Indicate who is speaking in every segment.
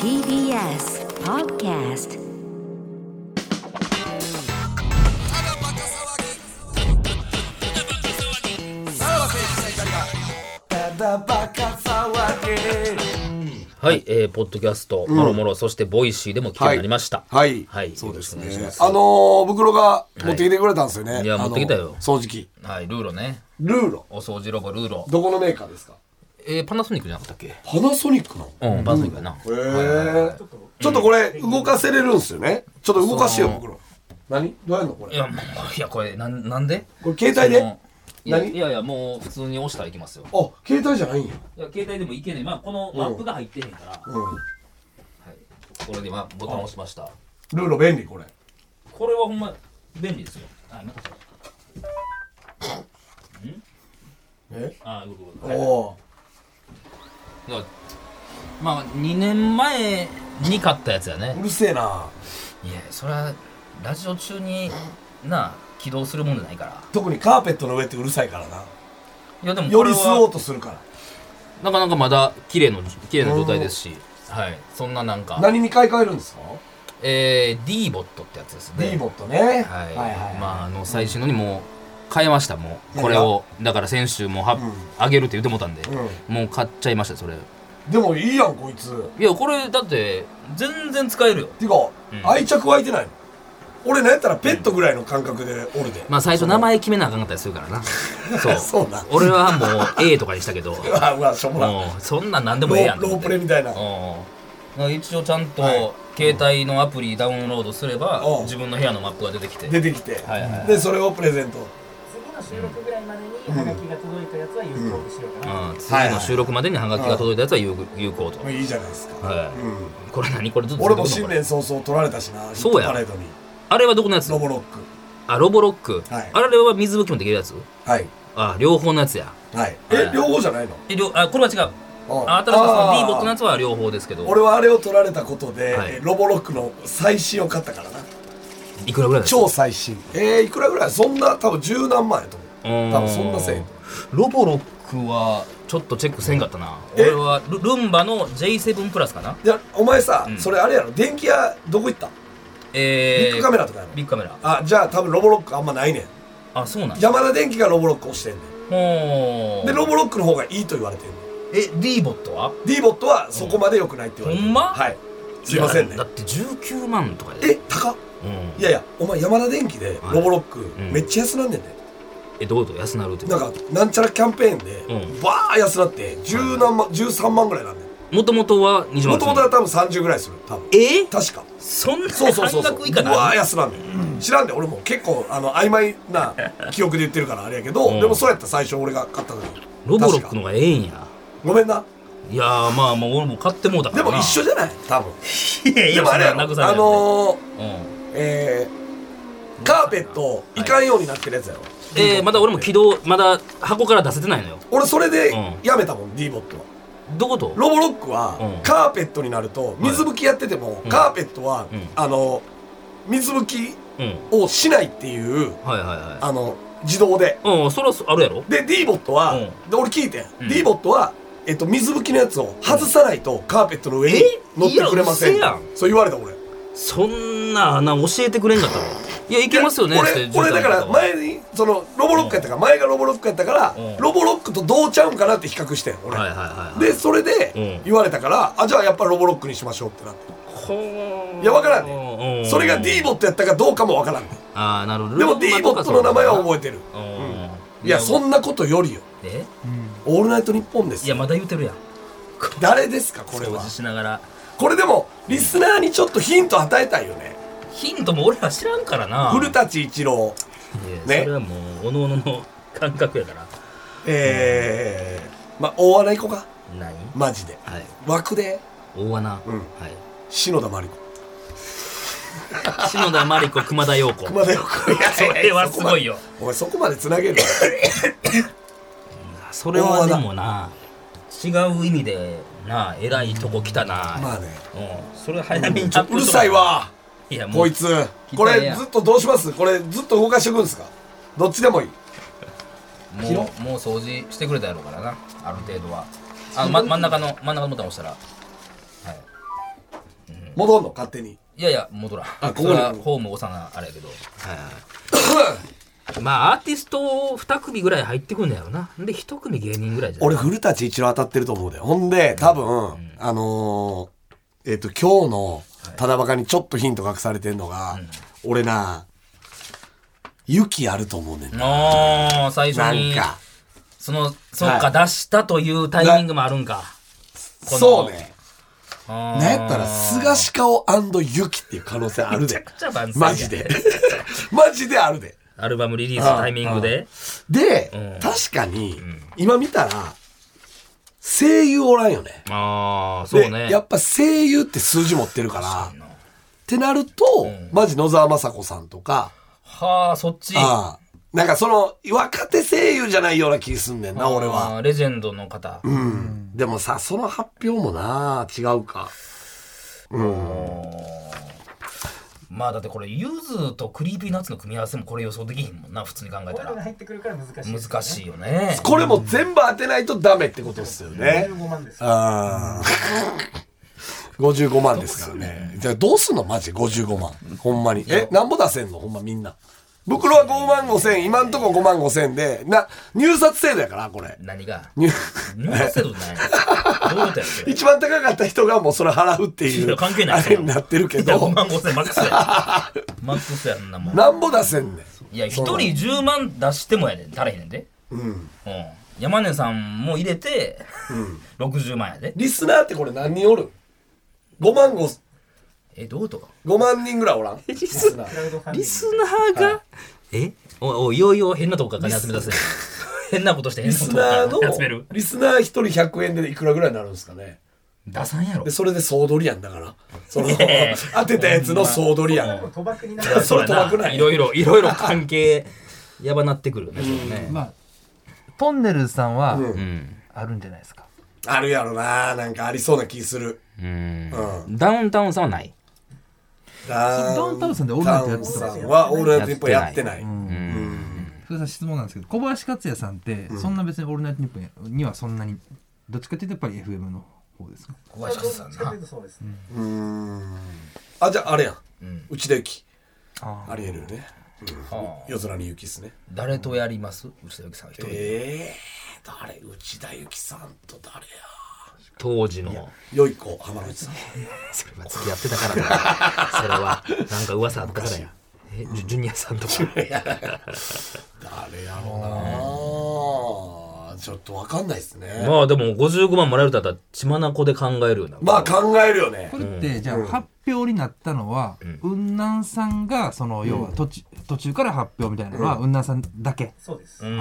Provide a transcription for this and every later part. Speaker 1: TBS Podcast
Speaker 2: はい、えー、ポッドキャスト、もろもろ、そしてボイシーでも聞くようになりました。
Speaker 3: はい、
Speaker 2: はい、
Speaker 3: そうですね
Speaker 2: よろしくお願いします
Speaker 3: あのー、袋が持ってきてくれたんですよね、
Speaker 2: いいや
Speaker 3: あのー
Speaker 2: 持ってきたよ
Speaker 3: 掃除機
Speaker 2: はい、ルーロね。
Speaker 3: ルーロ
Speaker 2: お掃除ロボ、ルーロ。
Speaker 3: どこのメーカーですか
Speaker 2: えー、パナソニックじゃなかったっけ
Speaker 3: パナソニックなの
Speaker 2: うん、パナソニックやな。
Speaker 3: へえちょっとこれ動かせれるんすよねちょっと動かしてよ袋何どうやんのこ
Speaker 2: い
Speaker 3: れ
Speaker 2: や、もう、いや、これ、なん、なんで
Speaker 3: これ携帯で
Speaker 2: そ
Speaker 3: あ
Speaker 2: のいや
Speaker 3: 何
Speaker 2: いやいや、もう普通に押したらいきますよ。
Speaker 3: 携帯じゃないんや
Speaker 2: いや、携帯でもいけねえ。まあ、このマップが入ってへんから。はい。
Speaker 3: う
Speaker 2: こ
Speaker 3: ん
Speaker 2: れで、まあ、ボタン押しました。
Speaker 3: ルーロ便利これ
Speaker 2: これはほんま、便利ですよ。あ、なんかそう
Speaker 3: え
Speaker 2: あ、動く動く。はい
Speaker 3: おお
Speaker 2: いやまあ、2年前に買ったやつやね
Speaker 3: ーう。るせえない
Speaker 2: やそれはラジオ中にな起動するもんじゃないから
Speaker 3: 特にカーペットの上ってうるさいからない
Speaker 2: やでも
Speaker 3: よ
Speaker 2: こ
Speaker 3: り
Speaker 2: れ
Speaker 3: 吸お
Speaker 2: は
Speaker 3: うとするから
Speaker 2: なかなかまだ綺麗の綺麗な状態ですしはいそんななんか
Speaker 3: 何に買い替えるんですか
Speaker 2: えー、D ボットってやつですね
Speaker 3: D ボットね
Speaker 2: はい、
Speaker 3: はいはい
Speaker 2: まああの最新のにもう変えましたもう
Speaker 3: 何が
Speaker 2: これをだから先週もは、
Speaker 3: ん
Speaker 2: あげるって言ってもうたんで、
Speaker 3: う
Speaker 2: もう買っちゃいましたそれい
Speaker 3: でもいいやんこいつ
Speaker 2: やこれだって全然使えるよ
Speaker 3: ていうか、
Speaker 2: ん
Speaker 3: 愛着湧いてないの俺なんやったらペットぐらいの感覚でおるで、
Speaker 2: まあ最初名前決めなあかんかったりするから なそう
Speaker 3: そうなん
Speaker 2: 俺はもう A とかにしたけ ど
Speaker 3: うわうわしょうもない
Speaker 2: うんそんなん何でもええやん
Speaker 3: ローロープレみたいな
Speaker 2: うん一応ちゃんと
Speaker 3: はい
Speaker 2: 携帯のアプリダウンロードすれば
Speaker 3: うん
Speaker 2: 自分の部屋のマップが出てきて
Speaker 3: 出てきて、
Speaker 2: はいはいはい
Speaker 3: でそれをプレゼント
Speaker 4: 次の収録ぐらいまでにハガキが届いたやつは有効にしようかな、
Speaker 2: うん次の収録までにハガキが届いたやつは有有効と
Speaker 3: もういいじゃないですか、
Speaker 2: は
Speaker 3: うん、
Speaker 2: いこれ何これずっと
Speaker 3: 俺
Speaker 2: 続
Speaker 3: も
Speaker 2: けてん
Speaker 3: 新
Speaker 2: のこれ
Speaker 3: 年早々取られたしな
Speaker 2: そうや
Speaker 3: ヒットパレードに
Speaker 2: あれはどこのやつ
Speaker 3: ロボロック
Speaker 2: あロボロック
Speaker 3: はい
Speaker 2: あれは水拭きもできるやつ
Speaker 3: はい
Speaker 2: あ両方のやつや
Speaker 3: はい
Speaker 2: は
Speaker 3: え
Speaker 2: い
Speaker 3: 両方じゃないの
Speaker 2: え両あこれは違うあ新しいその D ボットのやつは両方ですけど
Speaker 3: 俺はあれを取られたことで、
Speaker 2: はい
Speaker 3: えロボロックの最新を買ったからない
Speaker 2: くらぐらいだ
Speaker 3: 超最新えー、いくらぐらいそんな多分十何万やと思う多分そんなせい
Speaker 2: ロボロックはちょっとチェックせんかったな
Speaker 3: え
Speaker 2: 俺はルルンバの J7 プラスかない
Speaker 3: やお前さ、
Speaker 2: うん
Speaker 3: それあれやろ電気屋どこ行ったビ
Speaker 2: えー
Speaker 3: ッグカメラとかやろ
Speaker 2: ビッグカメラ
Speaker 3: あじゃあ多分ロボロックあんまないねん
Speaker 2: あそうなんだ
Speaker 3: 山田電機がロボロックをしてんねん
Speaker 2: ほー
Speaker 3: でロボロックの方がいいと言われてんねん
Speaker 2: え D ボットは
Speaker 3: D ボットはそこまで良くないって言われてる
Speaker 2: ほんま
Speaker 3: はいすいませんね
Speaker 2: やだって19万とかで
Speaker 3: え高っ
Speaker 2: うん
Speaker 3: いやいやお前山田電機で
Speaker 2: はい
Speaker 3: ロボロック
Speaker 2: ん
Speaker 3: めっちゃ安なんねんね、
Speaker 2: えどういうこと安なるって
Speaker 3: なんかなんちゃらキャンペーンで、
Speaker 2: うん
Speaker 3: バー安なって十何万13万ぐらいなんねん
Speaker 2: もともとは20万
Speaker 3: もともとは多分30ぐらいする多分
Speaker 2: え
Speaker 3: 確か
Speaker 2: そんな
Speaker 3: そうそ
Speaker 2: 半
Speaker 3: うそうそう
Speaker 2: 額以下
Speaker 3: うわ
Speaker 2: な
Speaker 3: ー
Speaker 2: い
Speaker 3: 安なんねん、知らんで俺も結構あの曖昧な記憶で言ってるからあれやけ ど、
Speaker 2: うん
Speaker 3: でもそうやった最初俺が買った時
Speaker 2: ロボロックの
Speaker 3: 確か
Speaker 2: 方がええんや
Speaker 3: ごめんない
Speaker 2: やーまあまあ俺も買ってもうたか
Speaker 3: で
Speaker 2: らな
Speaker 3: も一緒じゃない多分
Speaker 2: いやい
Speaker 3: で
Speaker 2: や
Speaker 3: もあれや
Speaker 2: そんな
Speaker 3: ろ
Speaker 2: 慰め
Speaker 3: あのー、
Speaker 2: ないうん
Speaker 3: えー、カーペットいかんようになってるやつやろ、
Speaker 2: えーまだ俺も起動まだ箱から出せてないのよ
Speaker 3: 俺それで
Speaker 2: うん
Speaker 3: やめたもん、D ボットは
Speaker 2: どこと
Speaker 3: ロボロックは、
Speaker 2: うん
Speaker 3: カーペットになると水拭きやってても、
Speaker 2: い
Speaker 3: カーペットは、
Speaker 2: うん
Speaker 3: あの水拭き
Speaker 2: うん
Speaker 3: をしないっていう
Speaker 2: はいはいは
Speaker 3: あの自動で
Speaker 2: いうんそれはあるやろ
Speaker 3: で D ボットは、
Speaker 2: うん
Speaker 3: で俺聞いて、
Speaker 2: うん
Speaker 3: D ボットはえっと、水拭きのやつを外さないとカーペットの上に
Speaker 2: え
Speaker 3: 乗ってくれません
Speaker 2: いやうっせえ
Speaker 3: そう言われた俺
Speaker 2: そんな穴教えてくれんかったわいやいけますよね
Speaker 3: 俺俺だから前にそのロボロックやったから、前がロボロックやったから、
Speaker 2: うん
Speaker 3: ロボロックとどうちゃうんかなって比較してん俺、
Speaker 2: はいはいはいはい
Speaker 3: でそれで
Speaker 2: うん
Speaker 3: 言われたから、あじゃあやっぱロボロックにしましょうってなって
Speaker 2: ほー
Speaker 3: いやわからんねそれが D ボットやったかどうかもわからんね
Speaker 2: ああなるほど
Speaker 3: でも D ボットの名前は覚えてる
Speaker 2: え
Speaker 3: いやそ
Speaker 2: ん
Speaker 3: んなことよりよ
Speaker 2: え
Speaker 3: 「オールナイトニッポン」です
Speaker 2: いやまだ言うてるやん
Speaker 3: 誰ですかこれ
Speaker 2: 掃
Speaker 3: は
Speaker 2: 除しながら
Speaker 3: これでもリスナーにちょっとヒント与えたいよね
Speaker 2: ヒントも俺ら知らんからな
Speaker 3: 古舘一郎
Speaker 2: ね
Speaker 3: ね
Speaker 2: それはもうおののの感覚やから
Speaker 3: えー、ま大穴行こうか
Speaker 2: ない
Speaker 3: マジで
Speaker 2: はい
Speaker 3: 枠で
Speaker 2: 大穴は
Speaker 3: うん
Speaker 2: い
Speaker 3: 篠田麻里子
Speaker 2: 篠田真理子熊田陽子
Speaker 3: 熊田曜子いや
Speaker 2: それはすごいよ
Speaker 3: お前そこまでつなげる
Speaker 2: それはでもな違う意味でな偉いとこ来たな
Speaker 3: まあね
Speaker 2: うんそれは早めに
Speaker 3: ちょっとうるさいわ
Speaker 2: いやもう
Speaker 3: こいつ
Speaker 2: 期
Speaker 3: こ
Speaker 2: 待や
Speaker 3: れずっとどうしますこれずっと動かしていくんですかどっちでもいい
Speaker 2: もうもう掃除してくれたやろうからなある程度はあの、ま、真ん中の真ん中のボタン押したら
Speaker 3: 戻んの勝手に
Speaker 2: いやいや戻らん
Speaker 3: あここ
Speaker 2: そ
Speaker 3: に
Speaker 2: れはホーム押さなあれやけど、まあアーティスト2組ぐらい入ってくんだよなで1組芸人ぐらいじゃん
Speaker 3: 俺古舘一郎当たってると思うでほんで多分、あのーえっ、と今日のただバカにちょっとヒント隠されてんのが、俺な雪あると思うねんな
Speaker 2: ああ最初
Speaker 3: なん
Speaker 2: に
Speaker 3: か
Speaker 2: そのそっか、出したというタイミングもあるんかこの
Speaker 3: そうね
Speaker 2: あー
Speaker 3: なんやったら菅氏顔雪っていう可能性あるで
Speaker 2: ちゃくちゃ万歳や
Speaker 3: マジで マジであるで
Speaker 2: アルバムリリースのタイミングで
Speaker 3: で、
Speaker 2: うん
Speaker 3: 確かに、今見たら声優おらんよね
Speaker 2: ああーそう
Speaker 3: で
Speaker 2: ね
Speaker 3: やっぱ声優って数字持ってるからってなると、マジ野沢雅子さんとか、
Speaker 2: はあそっち
Speaker 3: ああなんかその若手声優じゃないような気すんねんな俺は、
Speaker 2: あーレジェンドの方、
Speaker 3: うん、でもさその発表もな違うか
Speaker 2: まあだってこれゆずとクリーピーナッツの組み合わせもこれ予想できひんもんな普通に考
Speaker 4: こ
Speaker 2: えた
Speaker 4: れが
Speaker 2: ら
Speaker 4: 入ってくるから難しいですね、
Speaker 2: 難しいよね
Speaker 3: これも全部当てないとダメってことっすよね
Speaker 4: 15万です
Speaker 3: ああ55万ですからねじゃあどうすんのマジ55万ほんまにえなんぼ出せんのほんまみんな袋は5万5千今んとこ5万5千でな入札制度やからこれ
Speaker 2: 何が
Speaker 3: 入
Speaker 2: 入札制度 ないどういうことやって
Speaker 3: 一番高かった人がもうそれ払うってい
Speaker 2: いや
Speaker 3: う
Speaker 2: 関係ない
Speaker 3: あれになってるけど
Speaker 2: 100万5000マックス やマックスやんなもん
Speaker 3: なんぼ出せんねん
Speaker 2: いや一人10万出してもやで誰やねんで
Speaker 3: うん
Speaker 2: うん山根さんも入れて、60万やで
Speaker 3: リスナーってこれ何人おる ?5 万5、
Speaker 2: えどういうこと
Speaker 3: 5万人ぐらいおらん リスナー。
Speaker 4: クラウドファンディング
Speaker 2: リスナーが、えおおいよいよ変なとこから金集め出せる変なことして変
Speaker 3: リ
Speaker 2: なこ
Speaker 3: ス
Speaker 2: と
Speaker 3: ナー
Speaker 2: から集め
Speaker 3: の
Speaker 2: る、
Speaker 3: リスナー一人100円でいくらぐらいになるんですかね
Speaker 2: 出さんやろ
Speaker 3: で、それで総取りやんだから。その、
Speaker 2: ねえ
Speaker 3: 当てたやつの総取りや
Speaker 4: これも
Speaker 3: ん。
Speaker 4: 賭博に なる
Speaker 2: いや
Speaker 3: それとなくない
Speaker 2: いろいろいろいろ関係やばなってくるねそれね
Speaker 5: まあトンネルズさんは
Speaker 2: うん
Speaker 5: あるんじゃないですか、
Speaker 3: あるやろななんかありそうな気する。
Speaker 2: うんダウンタウンさんはない
Speaker 3: ダ
Speaker 5: ダウンタウンさんでオールナイトやってた
Speaker 3: ダウンタウンさんはオールナイト一本やってない。
Speaker 5: それさ質問なんですけど小林克也さんって、そんな別に「オールナイトニッポン」にはそんなにどっちかっていうとやっぱり FM の方ですか
Speaker 2: 小林さん
Speaker 4: どっちか
Speaker 2: な
Speaker 4: というとそうですね
Speaker 3: あ、じゃああれやん
Speaker 2: ん。
Speaker 3: 内田有紀。
Speaker 5: あ
Speaker 3: ありえるよね。
Speaker 2: ああ
Speaker 3: 夜空に雪っすね。
Speaker 2: 誰とやります内田有紀さんは一人で
Speaker 3: ええ誰内田有紀さんと誰や
Speaker 2: 当時の
Speaker 3: 良い子浜口さん
Speaker 2: それは付き合ってたから だそれはなんか噂あったからやえジュジュニアさんとか
Speaker 3: 誰やろうなちょっとわかんないですね
Speaker 2: まあでも55万もらえるだったら血まなこで考えるよな
Speaker 3: まあ考えるよね
Speaker 5: これってじゃあ発表になったのは雲南さんがその要は途中途中から発表みたいなのは雲南さんだけ
Speaker 4: そうです、
Speaker 2: うん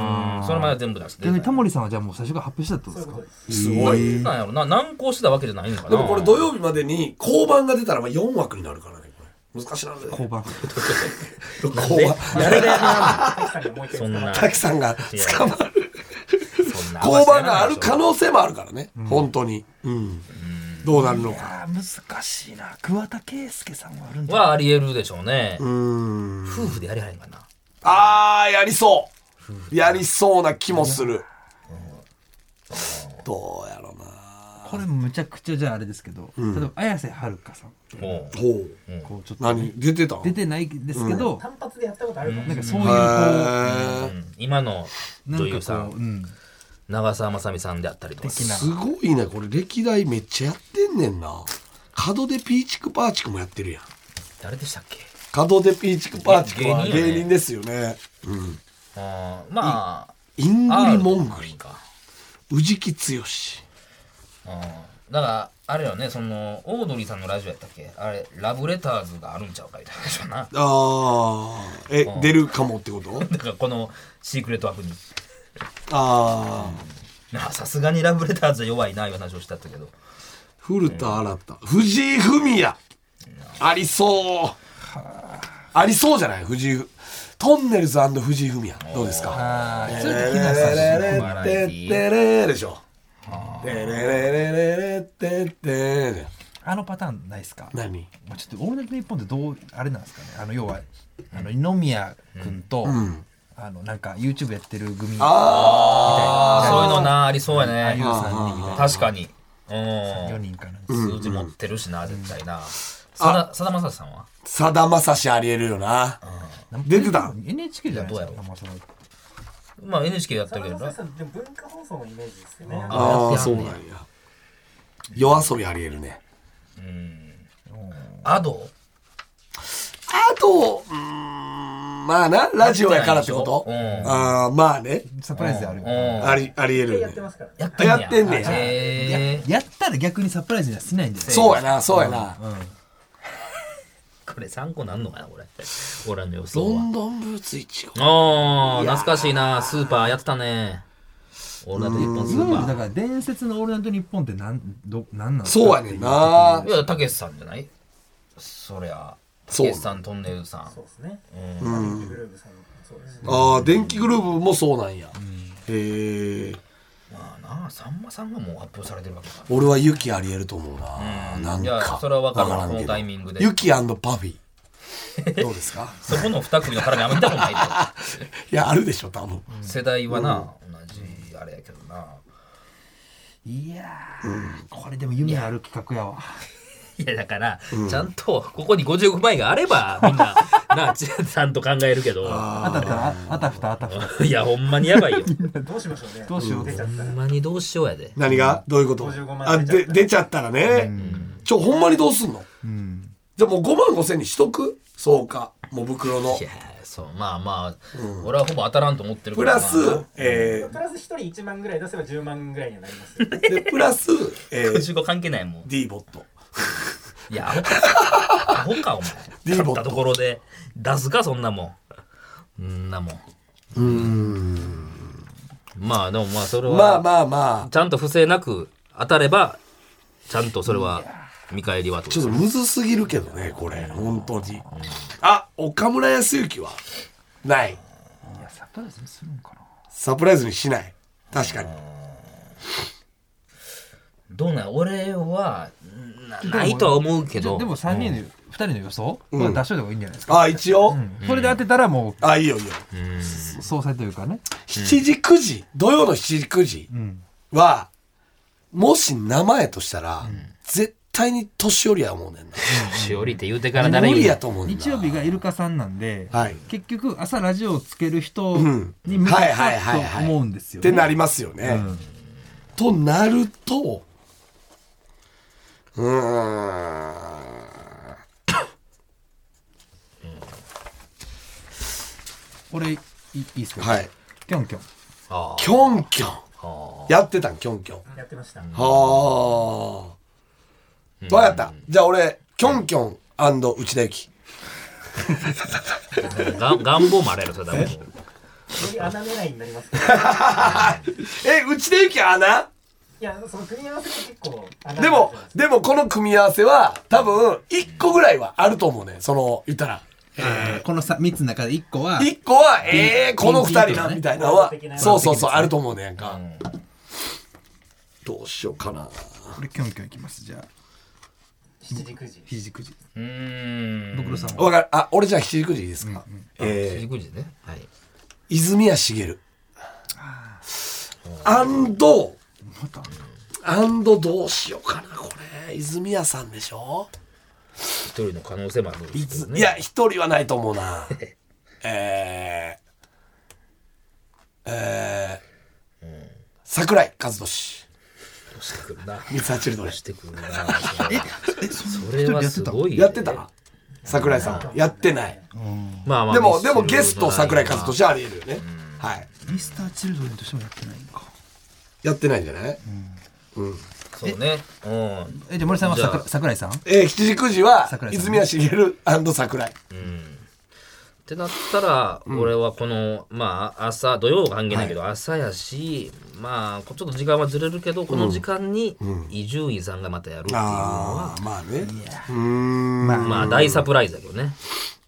Speaker 2: それまで全部出して
Speaker 5: 逆にタモリさんはじゃあもう最初から発表してたってこ
Speaker 4: そう
Speaker 5: とで
Speaker 4: いう
Speaker 5: す
Speaker 4: こ
Speaker 5: か
Speaker 4: とです
Speaker 3: すごい
Speaker 2: なんやろな難航してたわけじゃないのかな
Speaker 3: でもこれ土曜日までに交番が出たらまあ4枠になるからねこれ難しいな
Speaker 5: 交番
Speaker 3: 交番
Speaker 2: 誰がや
Speaker 4: 滝さんがもう一回
Speaker 2: そ
Speaker 4: 捕
Speaker 2: ん
Speaker 4: まる
Speaker 2: な
Speaker 3: 滝さんが捕まる
Speaker 2: るそんな
Speaker 3: 交番がある可能性もあるからね本当にうんどうなるのか
Speaker 5: あ難しいな桑田佳祐さんはあるん
Speaker 2: はありえるでしょうね
Speaker 3: うん
Speaker 2: 夫婦でやりはへんかな
Speaker 3: あーやりそうやりそうな気もするどうやろうな
Speaker 5: これむちゃくちゃじゃああれですけど、例えば綾瀬はるかさん
Speaker 2: もう
Speaker 3: ほう
Speaker 5: こうちょっと
Speaker 3: 何出てたん
Speaker 5: 出てないですけど、
Speaker 4: 単発でやったことあるかもしれな
Speaker 5: なん
Speaker 4: い
Speaker 5: かそういう
Speaker 3: へ
Speaker 5: こう、
Speaker 3: ー
Speaker 2: うん今の
Speaker 5: な
Speaker 2: 女
Speaker 5: ん
Speaker 2: 優さ
Speaker 5: かこう、うんん、
Speaker 2: 長澤まさみさんであったりとか
Speaker 5: 的な
Speaker 3: すごいねこれ歴代めっちゃやってんねんな角でピーチクパーチクもやってるやん
Speaker 2: 誰でしたっけ
Speaker 3: 角でピーチクパーチクは
Speaker 2: 芸人やね
Speaker 3: 芸人ですよねうん
Speaker 2: あーまあ
Speaker 3: イングリモング
Speaker 2: R
Speaker 3: リ
Speaker 2: とか
Speaker 3: 宇治木剛志
Speaker 2: うんだからあれよねそのオードリーさんのラジオやったっけあれラブレターズがあるんちゃうかみたいな話やな
Speaker 3: あーえ出るかもってこと
Speaker 2: だからこのシークレットワークに
Speaker 3: ああ
Speaker 2: なあさすがにラブレターズは弱いないう話をしたったけど
Speaker 3: 古田新太藤井フミヤありそうありそうじゃない藤井フトンネルズ藤井フミヤどうですか
Speaker 5: あー
Speaker 3: テレレレレレ
Speaker 5: それ的なさ
Speaker 3: テレでしょ。テレレレレテテレ。
Speaker 5: あのパターンないですか
Speaker 3: 何？
Speaker 5: まあ、ちょっと「オールナイトニッポン」ってどうあれなんですかねあの要はあの二宮君と、あのなんか YouTube やってる組
Speaker 3: あ
Speaker 2: そういうのなありそうや
Speaker 5: あゆ
Speaker 2: ね
Speaker 5: うさんにみたいな
Speaker 2: 確かに
Speaker 5: 4
Speaker 2: うん
Speaker 5: 人かな
Speaker 2: 数字持ってるしな絶対なさださだまさしさんは
Speaker 3: あさだまさしありえるよな出てた
Speaker 5: NHK じゃないです
Speaker 2: いやどうや
Speaker 5: か
Speaker 2: ろ
Speaker 5: まあその
Speaker 2: まあ NHK やってるけど
Speaker 4: さ
Speaker 2: な
Speaker 4: さんでも文化放送のイメージですよね。
Speaker 3: あ
Speaker 2: や
Speaker 3: あ
Speaker 2: って
Speaker 3: そ
Speaker 2: は
Speaker 3: うん
Speaker 2: ね
Speaker 3: なん
Speaker 2: や
Speaker 3: や夜遊びありえるね
Speaker 2: アド
Speaker 3: あとうーんまあなラジオやからってこと
Speaker 2: うん
Speaker 3: ああまあね
Speaker 5: サプライズであるよ
Speaker 2: うん
Speaker 3: ありありえ
Speaker 4: や
Speaker 3: るよ
Speaker 4: っ
Speaker 3: ね
Speaker 4: てますからね。
Speaker 2: やってんねや
Speaker 3: やってんねや
Speaker 2: へえ
Speaker 5: やったら逆にサプライズにはしないんですよ
Speaker 3: そうやなそうやな
Speaker 2: これ参考なんのかなこれ俺らの予想
Speaker 3: ロ
Speaker 2: は
Speaker 3: ンドンブーツ1号
Speaker 2: ああ懐かしいなスーパーやってたねオールナイト日本ス
Speaker 5: いわゆる
Speaker 2: ー
Speaker 5: だ
Speaker 2: パ
Speaker 5: から伝説の「オールナイトニッポン」ってなんどなんなんですか
Speaker 3: そうやねんな
Speaker 2: ーいやたけしさんじゃないそりゃた
Speaker 3: そう
Speaker 2: けしさんトンネルズさん
Speaker 4: そうですね。グループさんもそうですね。
Speaker 3: ああ電気グループもそうなんやへえ
Speaker 2: まあなあさんまさんがもう発表されてるわけだか
Speaker 3: 俺はユキありえると思うななん
Speaker 2: いや
Speaker 3: か
Speaker 2: それは分かるわ
Speaker 3: わらんけど
Speaker 2: このタイミングで
Speaker 3: ユキパフィ ーどうですから
Speaker 2: そこの二組の絡みあんま見たことないよ
Speaker 3: いやあるでしょ多分
Speaker 2: 世代はな同じあれやけどない
Speaker 5: やーこれでも夢ある企画やわ
Speaker 2: いやだから、ちゃんとここに55枚があればみん ななあちちゃんと考えるけど
Speaker 5: あたたああたふたあたふた
Speaker 2: いやほんまにやばいよ
Speaker 4: どうしましょうね。
Speaker 5: どうしよう
Speaker 4: 出ちゃった
Speaker 2: ほ
Speaker 4: ら
Speaker 2: ん。まにどうしようやで
Speaker 3: 何がどういうこと
Speaker 4: 55万
Speaker 3: あで出ちゃったらねちょほんまにどうすんの
Speaker 5: うん
Speaker 3: じゃあもう5万5千にしとくそうかもも袋の
Speaker 2: いやそうまあまあ、俺はほぼ当たらんと思ってる
Speaker 3: プ
Speaker 2: から
Speaker 3: ラ
Speaker 2: な
Speaker 3: スえ
Speaker 4: プラス一人1万ぐらい出せば10万ぐらいにはなりますよ。
Speaker 3: ーでプラスえ ー
Speaker 2: 55関係ないもん
Speaker 3: D ボット
Speaker 2: いやア ホかアホかお前
Speaker 3: D ボッ
Speaker 2: 勝っ
Speaker 3: ト
Speaker 2: たところで出すかそんなもんんなもんうんまあでもまあそれは、
Speaker 3: まあまあまあ
Speaker 2: ちゃんと不正なく当たればちゃんとそれは見返りはってこ
Speaker 3: ちょっ
Speaker 2: と
Speaker 3: とむずすぎるけどねこれ本当にあ岡村康之はない
Speaker 5: いやサプライズにするんかな
Speaker 3: サプライズにしない確かに
Speaker 2: どうなん俺はなないとは思うけ
Speaker 5: じゃ
Speaker 2: ど
Speaker 5: あでも3人の2人の予想これ出しといた方がいいんじゃないですか
Speaker 3: あ一応
Speaker 5: それで当てたらも
Speaker 3: あいいよいいよ
Speaker 5: う総裁というかね
Speaker 3: 7時9時土曜の7時9時はもし名前としたら絶対に年寄りや思うねんな
Speaker 2: しおりって言うてから誰言う
Speaker 3: 無理
Speaker 2: ねん
Speaker 3: やと思うねんな
Speaker 5: 日曜日がイルカさんなんで、
Speaker 3: はい
Speaker 5: 結局朝ラジオをつける人に向け
Speaker 3: はいはいはい
Speaker 5: た
Speaker 3: はい
Speaker 5: と思うんですよ
Speaker 3: っ
Speaker 5: ね、
Speaker 3: てなりますよね。となるとうーん
Speaker 5: これいいいですか
Speaker 3: はい
Speaker 5: キョンキョン
Speaker 2: あ
Speaker 3: キョンキョン
Speaker 2: あ
Speaker 3: やってたんキョンキョン。
Speaker 4: やってました。
Speaker 3: はあ。わかった。じゃあ俺、キョンキョン内田有紀。
Speaker 2: が願望もあれやろそれ多分
Speaker 4: より穴狙いになりますから。い
Speaker 3: え、内田有紀穴
Speaker 4: や、その組み合わせって結構穴狙い
Speaker 3: でも、でもこの組み合わせは多分1個ぐらいはあると思うね。その、言ったら。
Speaker 5: この 3, 三つの中で1個は
Speaker 3: 1個は、ええー、この2人な、
Speaker 5: ピンピンとね
Speaker 3: みたいなのは
Speaker 4: ピンピンと、ね
Speaker 3: そうそうそう、あると思うね。なんか。どうしようかな。
Speaker 5: これキョンキョンいきますじゃあ
Speaker 4: 7時9時。
Speaker 5: ひじくじ
Speaker 2: うーん
Speaker 5: ブクロさんは
Speaker 3: わかる。あ、俺じゃあ7時9時いいですか。えー、
Speaker 2: 19時ねはい
Speaker 3: 泉谷しげる。アンド、
Speaker 5: また
Speaker 3: アンドどうしようかな、これ。泉谷さんでしょ
Speaker 2: 一人の可能性もあるん
Speaker 3: い
Speaker 2: ですけ
Speaker 3: つ
Speaker 2: どね
Speaker 3: いや、一人はないと思 うな。えー、えー、桜井和俊。
Speaker 2: してくるな
Speaker 3: ミツハチ ルドレン
Speaker 2: してくるなそれはすごい
Speaker 3: やってたな桜井さんは。やってない。
Speaker 2: まあまあ
Speaker 3: でも、
Speaker 2: ミス
Speaker 3: でもゲスト桜井和
Speaker 2: ま
Speaker 3: 俊ありえるよね。はい。
Speaker 5: ミスターチルドレンとしてもやってないんか
Speaker 3: やってないんじゃない
Speaker 2: あそうねうん
Speaker 5: えじゃあ森さんは
Speaker 2: じゃあ
Speaker 5: 桜桜井さん
Speaker 3: えー、7時9時は
Speaker 5: 桜井さん
Speaker 3: 泉谷しげる桜井。
Speaker 2: ってなったら、俺はこの、まあ、朝、土曜が半減だけど、朝やし、まあ、こちょっと時間はずれるけど、この時間に伊集院さんがまたやるっていうのは、
Speaker 3: ああ、まあね。うーん。
Speaker 2: まあ、大サプライズだけどね。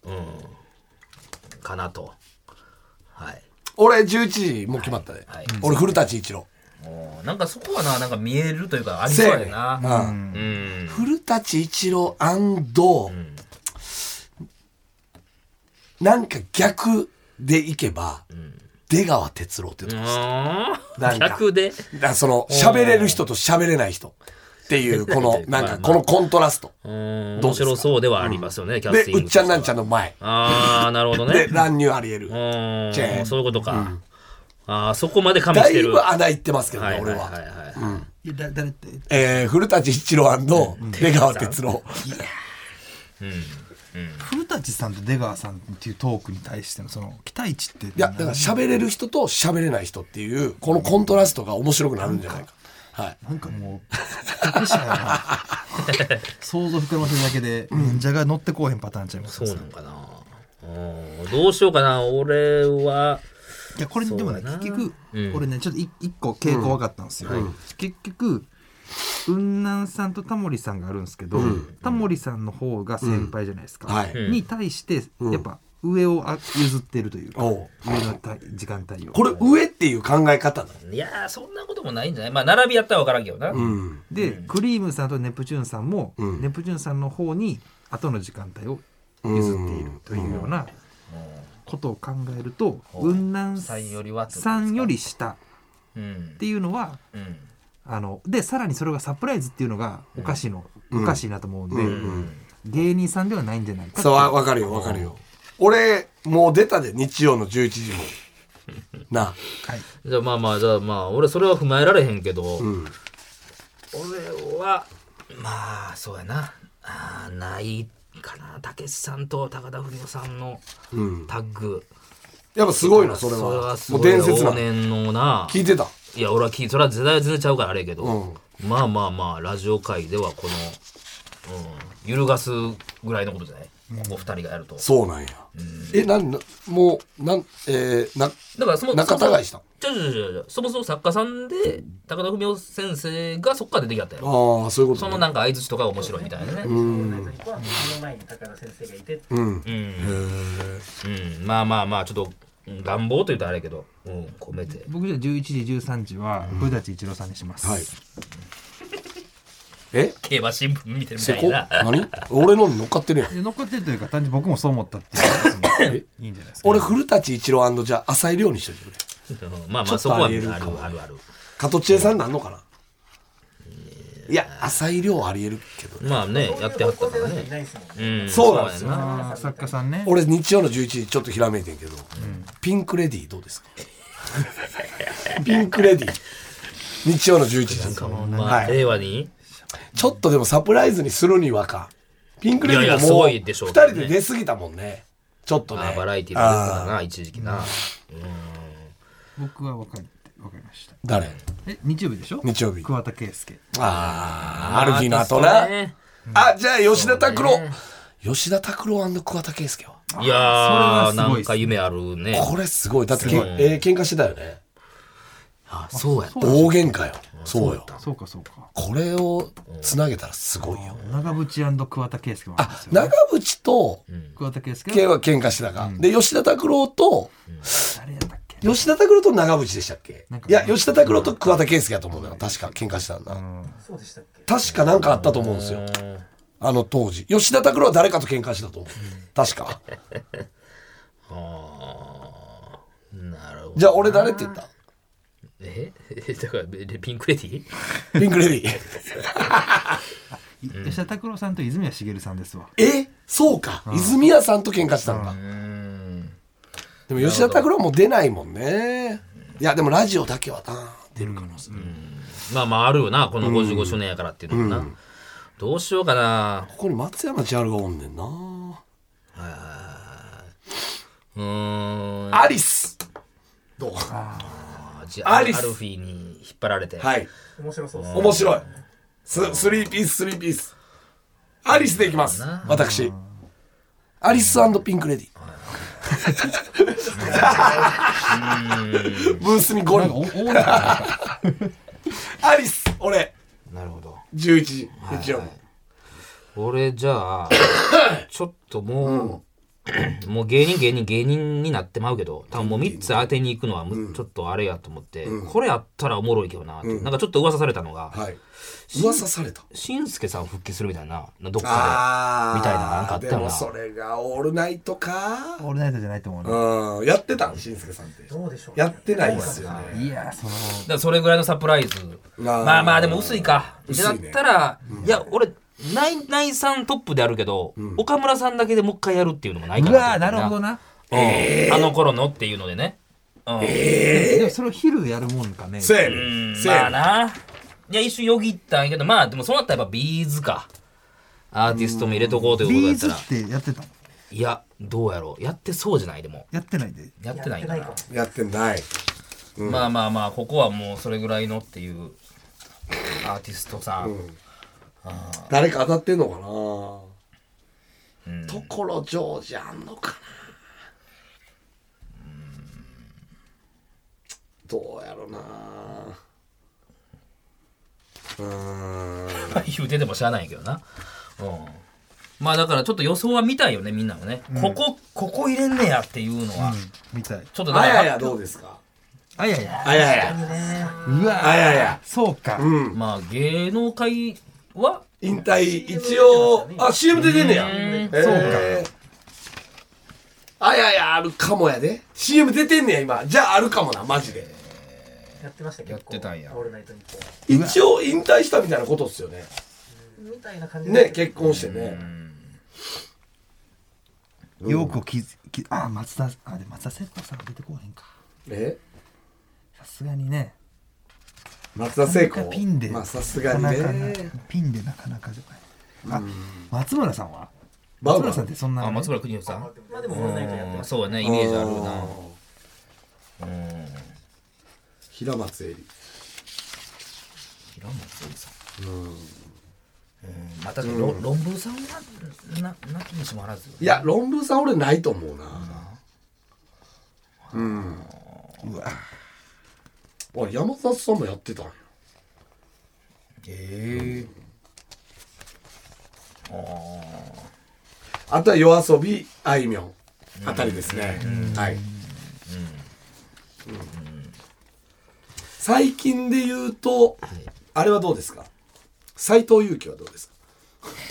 Speaker 2: うん。かなと。はい。
Speaker 3: 俺11時もう決まったで、
Speaker 2: はい
Speaker 3: 俺古舘一郎
Speaker 2: もうなんかそこはな、なんか見えるというか、ありそうやな。
Speaker 3: うん
Speaker 2: うん。
Speaker 3: 古舘一郎なんか逆でいけば、出川哲朗っていうとこなんか
Speaker 2: 逆で
Speaker 3: だからその喋れる人と喋れない人っていう このなんかこのコントラスト
Speaker 2: うーん面
Speaker 3: どうですか
Speaker 2: 白そうではありますよね、キャス
Speaker 3: で
Speaker 2: ティング
Speaker 3: うっちゃんなんちゃん
Speaker 2: ん
Speaker 3: の前
Speaker 2: ああなるほど
Speaker 3: で
Speaker 2: ね
Speaker 3: 乱入ありえる
Speaker 2: うーん
Speaker 3: チェーン
Speaker 2: そういうことか、ああそこまで加味
Speaker 3: だ
Speaker 2: して
Speaker 3: い
Speaker 2: る
Speaker 3: ぶ穴いってますけど
Speaker 2: はい
Speaker 3: ね
Speaker 2: はい
Speaker 3: 俺
Speaker 2: はい
Speaker 3: は
Speaker 2: はい、
Speaker 5: いやだ誰って
Speaker 3: えー古舘一郎出川哲朗
Speaker 5: 古舘さんと出川さんっていうトークに対してのその期待値ってい
Speaker 3: いやだから喋れる人と喋れない人っていうこのコントラストが面白くなるんじゃないかはい
Speaker 5: なんかもう得者やな想像膨らませるだけで忍者が乗ってこうへんパターンちゃいます
Speaker 2: そうなのかなうんどうしようかな俺はい
Speaker 5: やこれでもね
Speaker 2: そうやな
Speaker 5: 結局、
Speaker 2: うん
Speaker 5: 俺ねちょっとい一個傾向分かったんですよ、結局雲南さんとタモリさんがあるんですけど、タモリさんの方が先輩じゃないですか、
Speaker 3: うんはい
Speaker 5: に対してやっぱ上をあ譲ってるというか、
Speaker 3: おう
Speaker 5: 上のた時間帯を
Speaker 3: これ上っていう考え方なの
Speaker 2: いやーそんなこともないんじゃないまあ並びやったら分からんけどな、
Speaker 3: うん
Speaker 5: で、クリームさんとネプチューンさんも、
Speaker 3: うん
Speaker 5: ネプチューンさんの方に後の時間帯を譲っているというようなことを考えると
Speaker 2: うん
Speaker 5: 雲南
Speaker 2: さんよりはってことです
Speaker 5: さ
Speaker 2: か
Speaker 5: んより下っ
Speaker 2: うん
Speaker 5: ていうのは
Speaker 2: うん
Speaker 5: あのでさらにそれがサプライズっていうのがおかしいの、おかしいなと思うんで、芸人さんではないんじゃないか
Speaker 3: そうわわかるよわかるよ俺もう出たで日曜の11時もなあ
Speaker 2: じゃあまあまあじゃあまあ俺それは踏まえられへんけど、俺はまあそうやなあーないかなたけしさんと高田文夫さんのタッグ、
Speaker 3: やっぱすごいなそれは
Speaker 2: す
Speaker 3: も
Speaker 2: ご
Speaker 3: う
Speaker 2: い
Speaker 3: 伝説な
Speaker 2: 往
Speaker 3: の
Speaker 2: 年のな
Speaker 3: 聞いてた
Speaker 2: いや俺は聞いそれは時代は全然ちゃうからあれやけど、まあまあまあラジオ界ではこの、うん、揺るがすぐらいのことじゃない、お二人がやると
Speaker 3: そうなんやえなんなもうなんえーな
Speaker 2: だからそも
Speaker 3: 仲違いした
Speaker 2: そもそもじゃあじゃあじゃあそもそも作家さんで高田文夫先生がそっから出てきたんやろ
Speaker 3: ああそういうこ
Speaker 2: そ
Speaker 3: と
Speaker 2: の
Speaker 3: ね
Speaker 2: なんか相槌とかが面白いみたいなね。
Speaker 4: その中には目の前に高田先生がいてっていう
Speaker 2: うん、まあまあまあ、ちょっとうん願望というとあれやけど、うん、込めて。
Speaker 5: 僕じゃあ11時13時は古舘一郎さんにします、
Speaker 3: はいえ
Speaker 2: 競馬新聞見てみ
Speaker 3: せ
Speaker 2: たい
Speaker 3: こ
Speaker 2: な。
Speaker 3: 何俺のに乗っかってるやん
Speaker 5: で残ってるというか単純に僕もそう思ったっていういいんじゃないですか
Speaker 3: 俺古舘一郎じゃあ浅井亮にしといてくれ
Speaker 2: うん まあ
Speaker 3: ち
Speaker 2: ま
Speaker 3: ょ
Speaker 2: あ、
Speaker 3: っ
Speaker 2: そ
Speaker 3: と
Speaker 2: こは
Speaker 3: あ
Speaker 2: あ
Speaker 3: りえ
Speaker 2: る
Speaker 3: るか
Speaker 2: あ
Speaker 3: も
Speaker 2: るあるある。
Speaker 3: 加藤千恵さんなんのかないや浅井亮ありえるけどね
Speaker 2: まあね、やってはったから
Speaker 4: い
Speaker 2: ね。
Speaker 4: ないですもんね
Speaker 2: うん、
Speaker 3: そうなんですよ
Speaker 2: やな
Speaker 5: あー作家さんね
Speaker 3: 俺日曜の11時ちょっとひらめいてんけど、ピンクレディーどうですか ピンクレディー日曜の11時
Speaker 2: ま
Speaker 3: は
Speaker 2: あ、
Speaker 3: い、
Speaker 2: 令和に
Speaker 3: ちょっとでもサプライズにするにはかピンクレディ
Speaker 2: いやいや
Speaker 3: ーが
Speaker 2: す
Speaker 3: もう
Speaker 2: ご
Speaker 3: 2
Speaker 2: いでしょうけど
Speaker 3: 人
Speaker 2: ね
Speaker 3: で出過ぎたもんねちょっと
Speaker 2: あ
Speaker 3: ね
Speaker 2: バラエティー出てたからな、一時期な。
Speaker 5: 僕は分かり分かりました
Speaker 3: 誰
Speaker 5: え日曜日でしょ
Speaker 3: 日曜日
Speaker 5: 桑田佳祐
Speaker 3: ああアルフィーの後
Speaker 2: ア
Speaker 3: な、
Speaker 2: ーティス
Speaker 3: あじゃあ吉田拓郎、吉田拓郎桑田佳祐は
Speaker 2: トねいや
Speaker 5: あー
Speaker 2: ー、
Speaker 5: そ
Speaker 2: な
Speaker 5: れはすごい
Speaker 2: ん
Speaker 5: っす
Speaker 2: か
Speaker 5: ね
Speaker 2: 夢あるね。
Speaker 3: これすごいだってけ
Speaker 2: す
Speaker 3: ん、
Speaker 2: ごい
Speaker 3: えー喧嘩してたよね
Speaker 2: あ、そうやった。
Speaker 3: 大喧嘩よそうよ
Speaker 5: そうかそうか
Speaker 3: これをつなげたらすごいよ
Speaker 5: 長渕桑田佳祐もあるんですよね
Speaker 3: 長渕と
Speaker 5: 桑田佳祐
Speaker 3: 系
Speaker 5: は
Speaker 3: は喧嘩してたか、で吉田拓郎と
Speaker 5: 誰やったっけ
Speaker 3: 吉田拓郎と長渕でしたっけ
Speaker 5: なんか
Speaker 3: いや吉田拓郎と桑田佳祐やと思うのよ確か喧嘩したんだ、
Speaker 4: そうでしたっけ
Speaker 3: 確かなんかあったと思うんですよあの当時吉田拓郎は誰かと喧嘩したと思う確か
Speaker 2: あーなるほど。
Speaker 3: じゃあ俺誰って言った
Speaker 2: え だから、でピンクレディー
Speaker 3: ピンクレディー
Speaker 5: 吉田拓郎さんと泉谷しげるさんですわ
Speaker 3: えそうか、泉谷さんと喧嘩したんだ、でも吉田拓郎も出ないもんねいやでもラジオだけはな出るかな、
Speaker 2: まあまああるよなこの55周年やからっていうのもな、どうしようかな
Speaker 3: ここに松山千春がおんねんな
Speaker 2: うーん
Speaker 3: アリスどう
Speaker 2: じゃあ
Speaker 3: アリス
Speaker 2: アルフィーに引っ張られて、
Speaker 3: はい
Speaker 4: 面白そうですね
Speaker 3: 面白いススリーピーススリーピースアリスでいきます私アリスピンクレディブースにゴ
Speaker 5: な
Speaker 3: リ
Speaker 5: んかお多いな
Speaker 3: アリス俺
Speaker 2: なるほど
Speaker 3: 11時日曜日
Speaker 2: 俺じゃあちょっともう、もう芸人芸人芸人になってまうけど多分もう3つ当てに行くのはむちょっとあれやと思って、これやったらおもろいけどなって、なんかちょっと噂されたのが、
Speaker 3: はい。噂された。
Speaker 2: しんすけさん復帰するみたいなどっか
Speaker 3: あー
Speaker 2: でみたいななんかあった
Speaker 3: で
Speaker 2: よ
Speaker 3: も
Speaker 2: な
Speaker 3: それがオールナイトか。
Speaker 5: オールナイトじゃないと思うな
Speaker 3: うん。やってたんしんすけさんって。
Speaker 4: どうでしょう
Speaker 3: やってないですよね。
Speaker 5: いやーその
Speaker 2: だからそれぐらいのサプライズまあまあでも薄いか
Speaker 3: 薄い
Speaker 2: だ
Speaker 3: ね
Speaker 2: ったら、いや俺ナイナイさんトップであるけど、岡村さんだけでもう一回やるっていうのもないか
Speaker 5: う
Speaker 2: な
Speaker 5: わーなるほど
Speaker 2: な、
Speaker 5: な
Speaker 2: えあの頃のっていうのでね、うん
Speaker 5: でもそれを昼やるもんかね
Speaker 3: せや
Speaker 2: う
Speaker 3: ねん。
Speaker 2: ん
Speaker 3: せ
Speaker 2: ま
Speaker 3: や
Speaker 2: あ
Speaker 3: ねん。
Speaker 2: ないや一瞬よぎったんやけどまあでもそうなったらやっぱビーズかアーティストも入れとこうということ
Speaker 5: ビ
Speaker 2: だ
Speaker 5: ー
Speaker 2: った
Speaker 5: ズ
Speaker 2: ら
Speaker 5: ってやってたの
Speaker 2: いやどうやろうやってそうじゃないでも
Speaker 5: やってないで
Speaker 4: や
Speaker 2: やっ
Speaker 4: っててな
Speaker 2: ないい
Speaker 4: か
Speaker 2: かな
Speaker 4: も
Speaker 3: やってない。
Speaker 2: まあまあまあここはもうそれぐらいのっていうアーティストさん、
Speaker 3: 誰か当たってんのかな。ところジョージあんのかな。どうやろな。うーん。
Speaker 2: 言うてでもしゃあないけどな、うん、まあだからちょっと予想は見たいよねみんなもね、ここここ入れんねやっていうのは、
Speaker 5: みたい
Speaker 2: ちょっとだ
Speaker 3: あ
Speaker 2: から
Speaker 3: ややどうですか。
Speaker 5: あいやいや
Speaker 3: あやや。
Speaker 5: うわー
Speaker 3: あやや。
Speaker 5: そうか
Speaker 3: うん。
Speaker 2: まあ芸能界は
Speaker 3: 引退一応あ CM 出てんねや。そうか。あややあるかもやで。CM 出てんねや今。じゃああるかもなマジで。
Speaker 4: やってました
Speaker 2: やってたんや
Speaker 4: オールナイトニッポ
Speaker 3: 一応引退したみたいなことっすよね。
Speaker 4: ンみたいな感じで
Speaker 3: ね結婚してね。
Speaker 5: よく気づきあ松田あで松田聖子さん出てこうへんか
Speaker 3: え
Speaker 5: さすがにね
Speaker 3: 松田聖
Speaker 5: なか
Speaker 3: 子
Speaker 5: なかピンで
Speaker 3: まあさすがに
Speaker 5: なかなか
Speaker 3: ね。
Speaker 5: ピンでなかなかじゃないあ松村さんは
Speaker 3: バウアー
Speaker 5: 松村さんってそんな
Speaker 2: あ
Speaker 5: ね
Speaker 2: 松村邦夫さん
Speaker 4: まあでもオールナイトやって
Speaker 2: う
Speaker 4: ま
Speaker 2: ん
Speaker 4: す
Speaker 2: そうやねイメージあるな
Speaker 3: うん平松絵里。
Speaker 2: 平松さんうんまあ確かにろ論文さんはななきにしもあらず
Speaker 3: いや論文さん俺ないと思うな。
Speaker 5: うわ
Speaker 3: あ山里さんもやってたんや。
Speaker 2: え
Speaker 3: あとは夜遊びあいみょんあたりですね。はい。最近で言うと、あれはどうですか斎藤佑樹はどうですか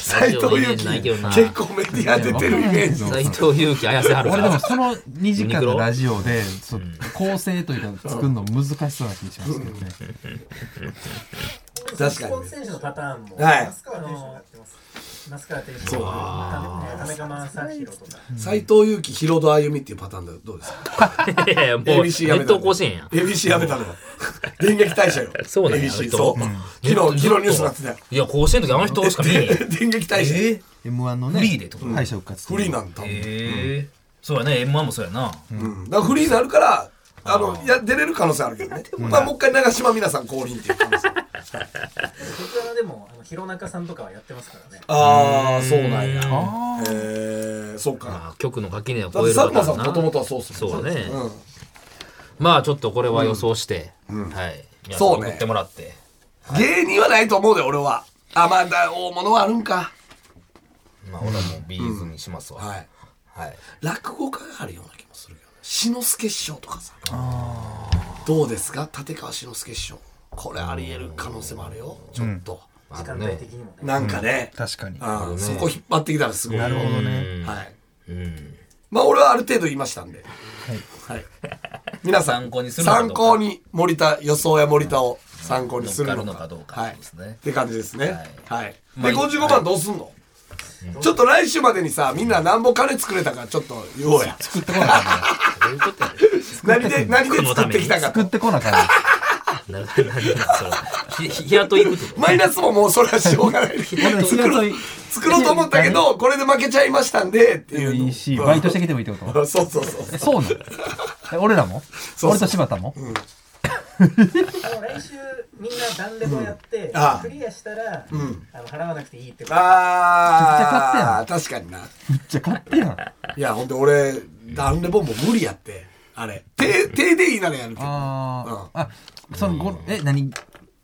Speaker 3: 斎藤
Speaker 2: ラジオのイメ
Speaker 3: 佑
Speaker 2: ージないけどな
Speaker 3: 樹結構メディア出てるイメージ
Speaker 2: え斎藤佑樹綾瀬はる
Speaker 5: 俺でも
Speaker 2: か
Speaker 5: その2時間のラジオでそう構成というか作るの難しそうな気がしますけどね
Speaker 3: 確かに
Speaker 4: スポーツ選手のパターンも
Speaker 3: はい
Speaker 4: 那須川天心やってます那須川天心とか田中真彩宏とか
Speaker 3: 斎藤佑樹ヒロド歩みっていうパターンだとどうですか
Speaker 2: い やいやもう
Speaker 3: ABC やめ
Speaker 2: 熱
Speaker 3: た
Speaker 2: 湯甲子園や
Speaker 3: ABC やめたのよ電撃退社よ
Speaker 2: そうなんや
Speaker 3: ABC
Speaker 2: と
Speaker 3: そう
Speaker 2: うん
Speaker 3: 昨日昨日ニュースになってたよ
Speaker 2: いや甲子園の時あの人しか見えへん
Speaker 3: 電撃退社
Speaker 5: え M1 のね
Speaker 2: フリーでってこと
Speaker 5: 敗者復活
Speaker 3: フリーなんだ
Speaker 2: へえそうやね M1 もそうやな
Speaker 3: うんだからフリーになるから、あの、いや、出れる可能性あるけどね。まあ、もう一回長島皆さん降臨っていう可能性。
Speaker 4: 僕はでもあの弘中さんとかはやってますからね
Speaker 3: ああ、そうなんや。
Speaker 5: あ
Speaker 3: えー、そうか。
Speaker 2: あ局の垣根を
Speaker 3: だ
Speaker 2: 超
Speaker 3: って
Speaker 2: える
Speaker 3: 佐久間さん
Speaker 2: な
Speaker 3: もともとはそうっすもん
Speaker 2: そうだね
Speaker 3: うん
Speaker 2: まあちょっとこれは予想してはい皆さん
Speaker 3: そうね
Speaker 2: 送ってもらって
Speaker 3: 芸人はないと思うで、俺は。あ、まあ、だ大物はあるんか。
Speaker 2: まあ俺はもうビーズにしますわ
Speaker 3: はい。
Speaker 2: はい
Speaker 3: 落語家があるような気もするけどね。志の輔師匠とかさ。どうですか立川志の輔師匠。これあり得る可能性もあるよ。ちょっと。
Speaker 2: あ
Speaker 4: 時間
Speaker 2: る
Speaker 4: 帯
Speaker 2: ね
Speaker 4: 的にもね
Speaker 3: なんかね。
Speaker 5: 確かに
Speaker 3: あーそこ引っ張ってきたらすごい。なるほどね。はい。
Speaker 2: うん
Speaker 3: まあ俺はある程度言いましたんで。はい。皆さ
Speaker 2: 参
Speaker 3: ん
Speaker 2: 考にするのかどう
Speaker 3: 参
Speaker 2: か
Speaker 3: 考に森田予想や森田を参考にする
Speaker 2: 乗
Speaker 3: の
Speaker 2: っかるのか
Speaker 3: か
Speaker 2: どうか
Speaker 3: はい。
Speaker 2: ですね
Speaker 3: って感じですね。はい。
Speaker 2: まあ
Speaker 3: で55番どうすんの？ちょっと来週までにさみんななんぼ金作れたかちょっと言おうや。
Speaker 5: 作ってこなか
Speaker 2: ど
Speaker 5: っ
Speaker 2: ういうことやね
Speaker 3: 何で何で作ってきた
Speaker 5: た
Speaker 3: か
Speaker 5: 作っ
Speaker 3: と。
Speaker 5: てこなかった
Speaker 2: んなななそれひ日雇い行くってこ
Speaker 3: マイナスももうそれはしょうがない。
Speaker 5: 俺日雇い
Speaker 3: 作ろうと思ったけどこれで負けちゃいましたんでっていうの。
Speaker 5: いいしバイトしてきてもいいってこと
Speaker 3: うんそうそうそう。
Speaker 5: えそうなのえ俺らも
Speaker 3: うそう
Speaker 5: 俺と柴田も
Speaker 4: でも来週みんなダンレボやって
Speaker 3: ああ
Speaker 4: クリアしたらあの払わなくていいってこと
Speaker 3: ああ確かにな。
Speaker 5: めっちゃ勝手やん
Speaker 3: いやほんで俺ダウンレボンも無理やってあれ手手でいいならやるけど
Speaker 5: あーあそのごえ何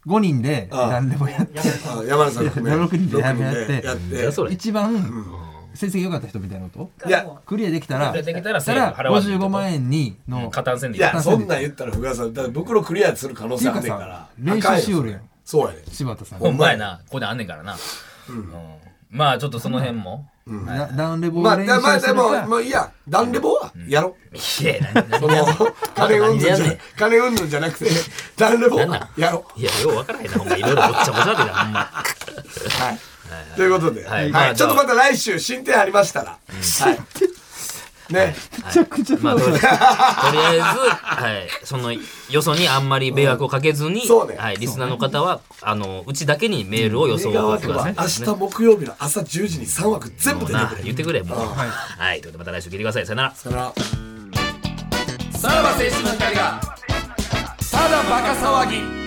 Speaker 5: 5人で
Speaker 3: あ
Speaker 5: 何でもやって
Speaker 3: あ山根さん含め
Speaker 5: いや六人で
Speaker 3: 六
Speaker 5: やって
Speaker 3: やっ
Speaker 2: とや
Speaker 3: て
Speaker 2: それ
Speaker 5: 一番成績良かった人みたいなこと
Speaker 3: いや
Speaker 5: クリアできたら
Speaker 2: クリアできたら
Speaker 5: した
Speaker 2: 1000
Speaker 5: ら
Speaker 2: 円払わずに
Speaker 5: 55万円にの、
Speaker 2: 加担せんで
Speaker 3: い
Speaker 2: いい
Speaker 3: やそんなん言ったら福田さんだって袋クリアする可能性あんねんから
Speaker 5: っていうかさ
Speaker 3: あかんよ
Speaker 5: 練習しよるやん
Speaker 3: そうやね
Speaker 5: 柴田さん
Speaker 2: ほんまやなここであんねんからな、うんまあちょっとその辺も、
Speaker 5: なダウンレボ
Speaker 3: ま
Speaker 5: を
Speaker 3: あ
Speaker 5: 練
Speaker 3: まあ
Speaker 5: 習
Speaker 3: まあ
Speaker 5: して
Speaker 3: で
Speaker 5: るか
Speaker 3: ももういいやダンレボはやろう
Speaker 2: いや何何
Speaker 3: その 金うんぬん
Speaker 2: な
Speaker 3: じ
Speaker 2: ん
Speaker 3: ゃ
Speaker 2: で
Speaker 3: 金うんぬんじゃなくてダンレボ
Speaker 2: なんな
Speaker 3: は
Speaker 2: ん
Speaker 3: やろ
Speaker 2: いやよう分からへんなほんまいろいろごっちゃごちゃでなほんま
Speaker 3: うはいということで
Speaker 2: は
Speaker 3: はいい
Speaker 2: まあ
Speaker 3: ちょっとまた来週進展ありましたらはいね
Speaker 5: めちゃくちゃ
Speaker 2: まあ、とりあえず、はい、その、よそにあんまり迷惑をかけずに、
Speaker 3: んそうね
Speaker 2: はい、リスナーの方は、あの、うちだけにメールを予想
Speaker 3: 映画
Speaker 2: をく
Speaker 3: 枠
Speaker 2: だ
Speaker 3: は
Speaker 2: さ
Speaker 3: 明
Speaker 2: い。
Speaker 3: 日木曜日の朝10時に3枠全部
Speaker 2: もう
Speaker 3: 出て
Speaker 2: な
Speaker 3: くれ
Speaker 2: 言ってくれ、もう。
Speaker 3: うん
Speaker 2: はい、ということでまた来週聞いてください。さよなら。
Speaker 3: さよなら
Speaker 2: さらば青春の光が、ただバカ騒ぎ。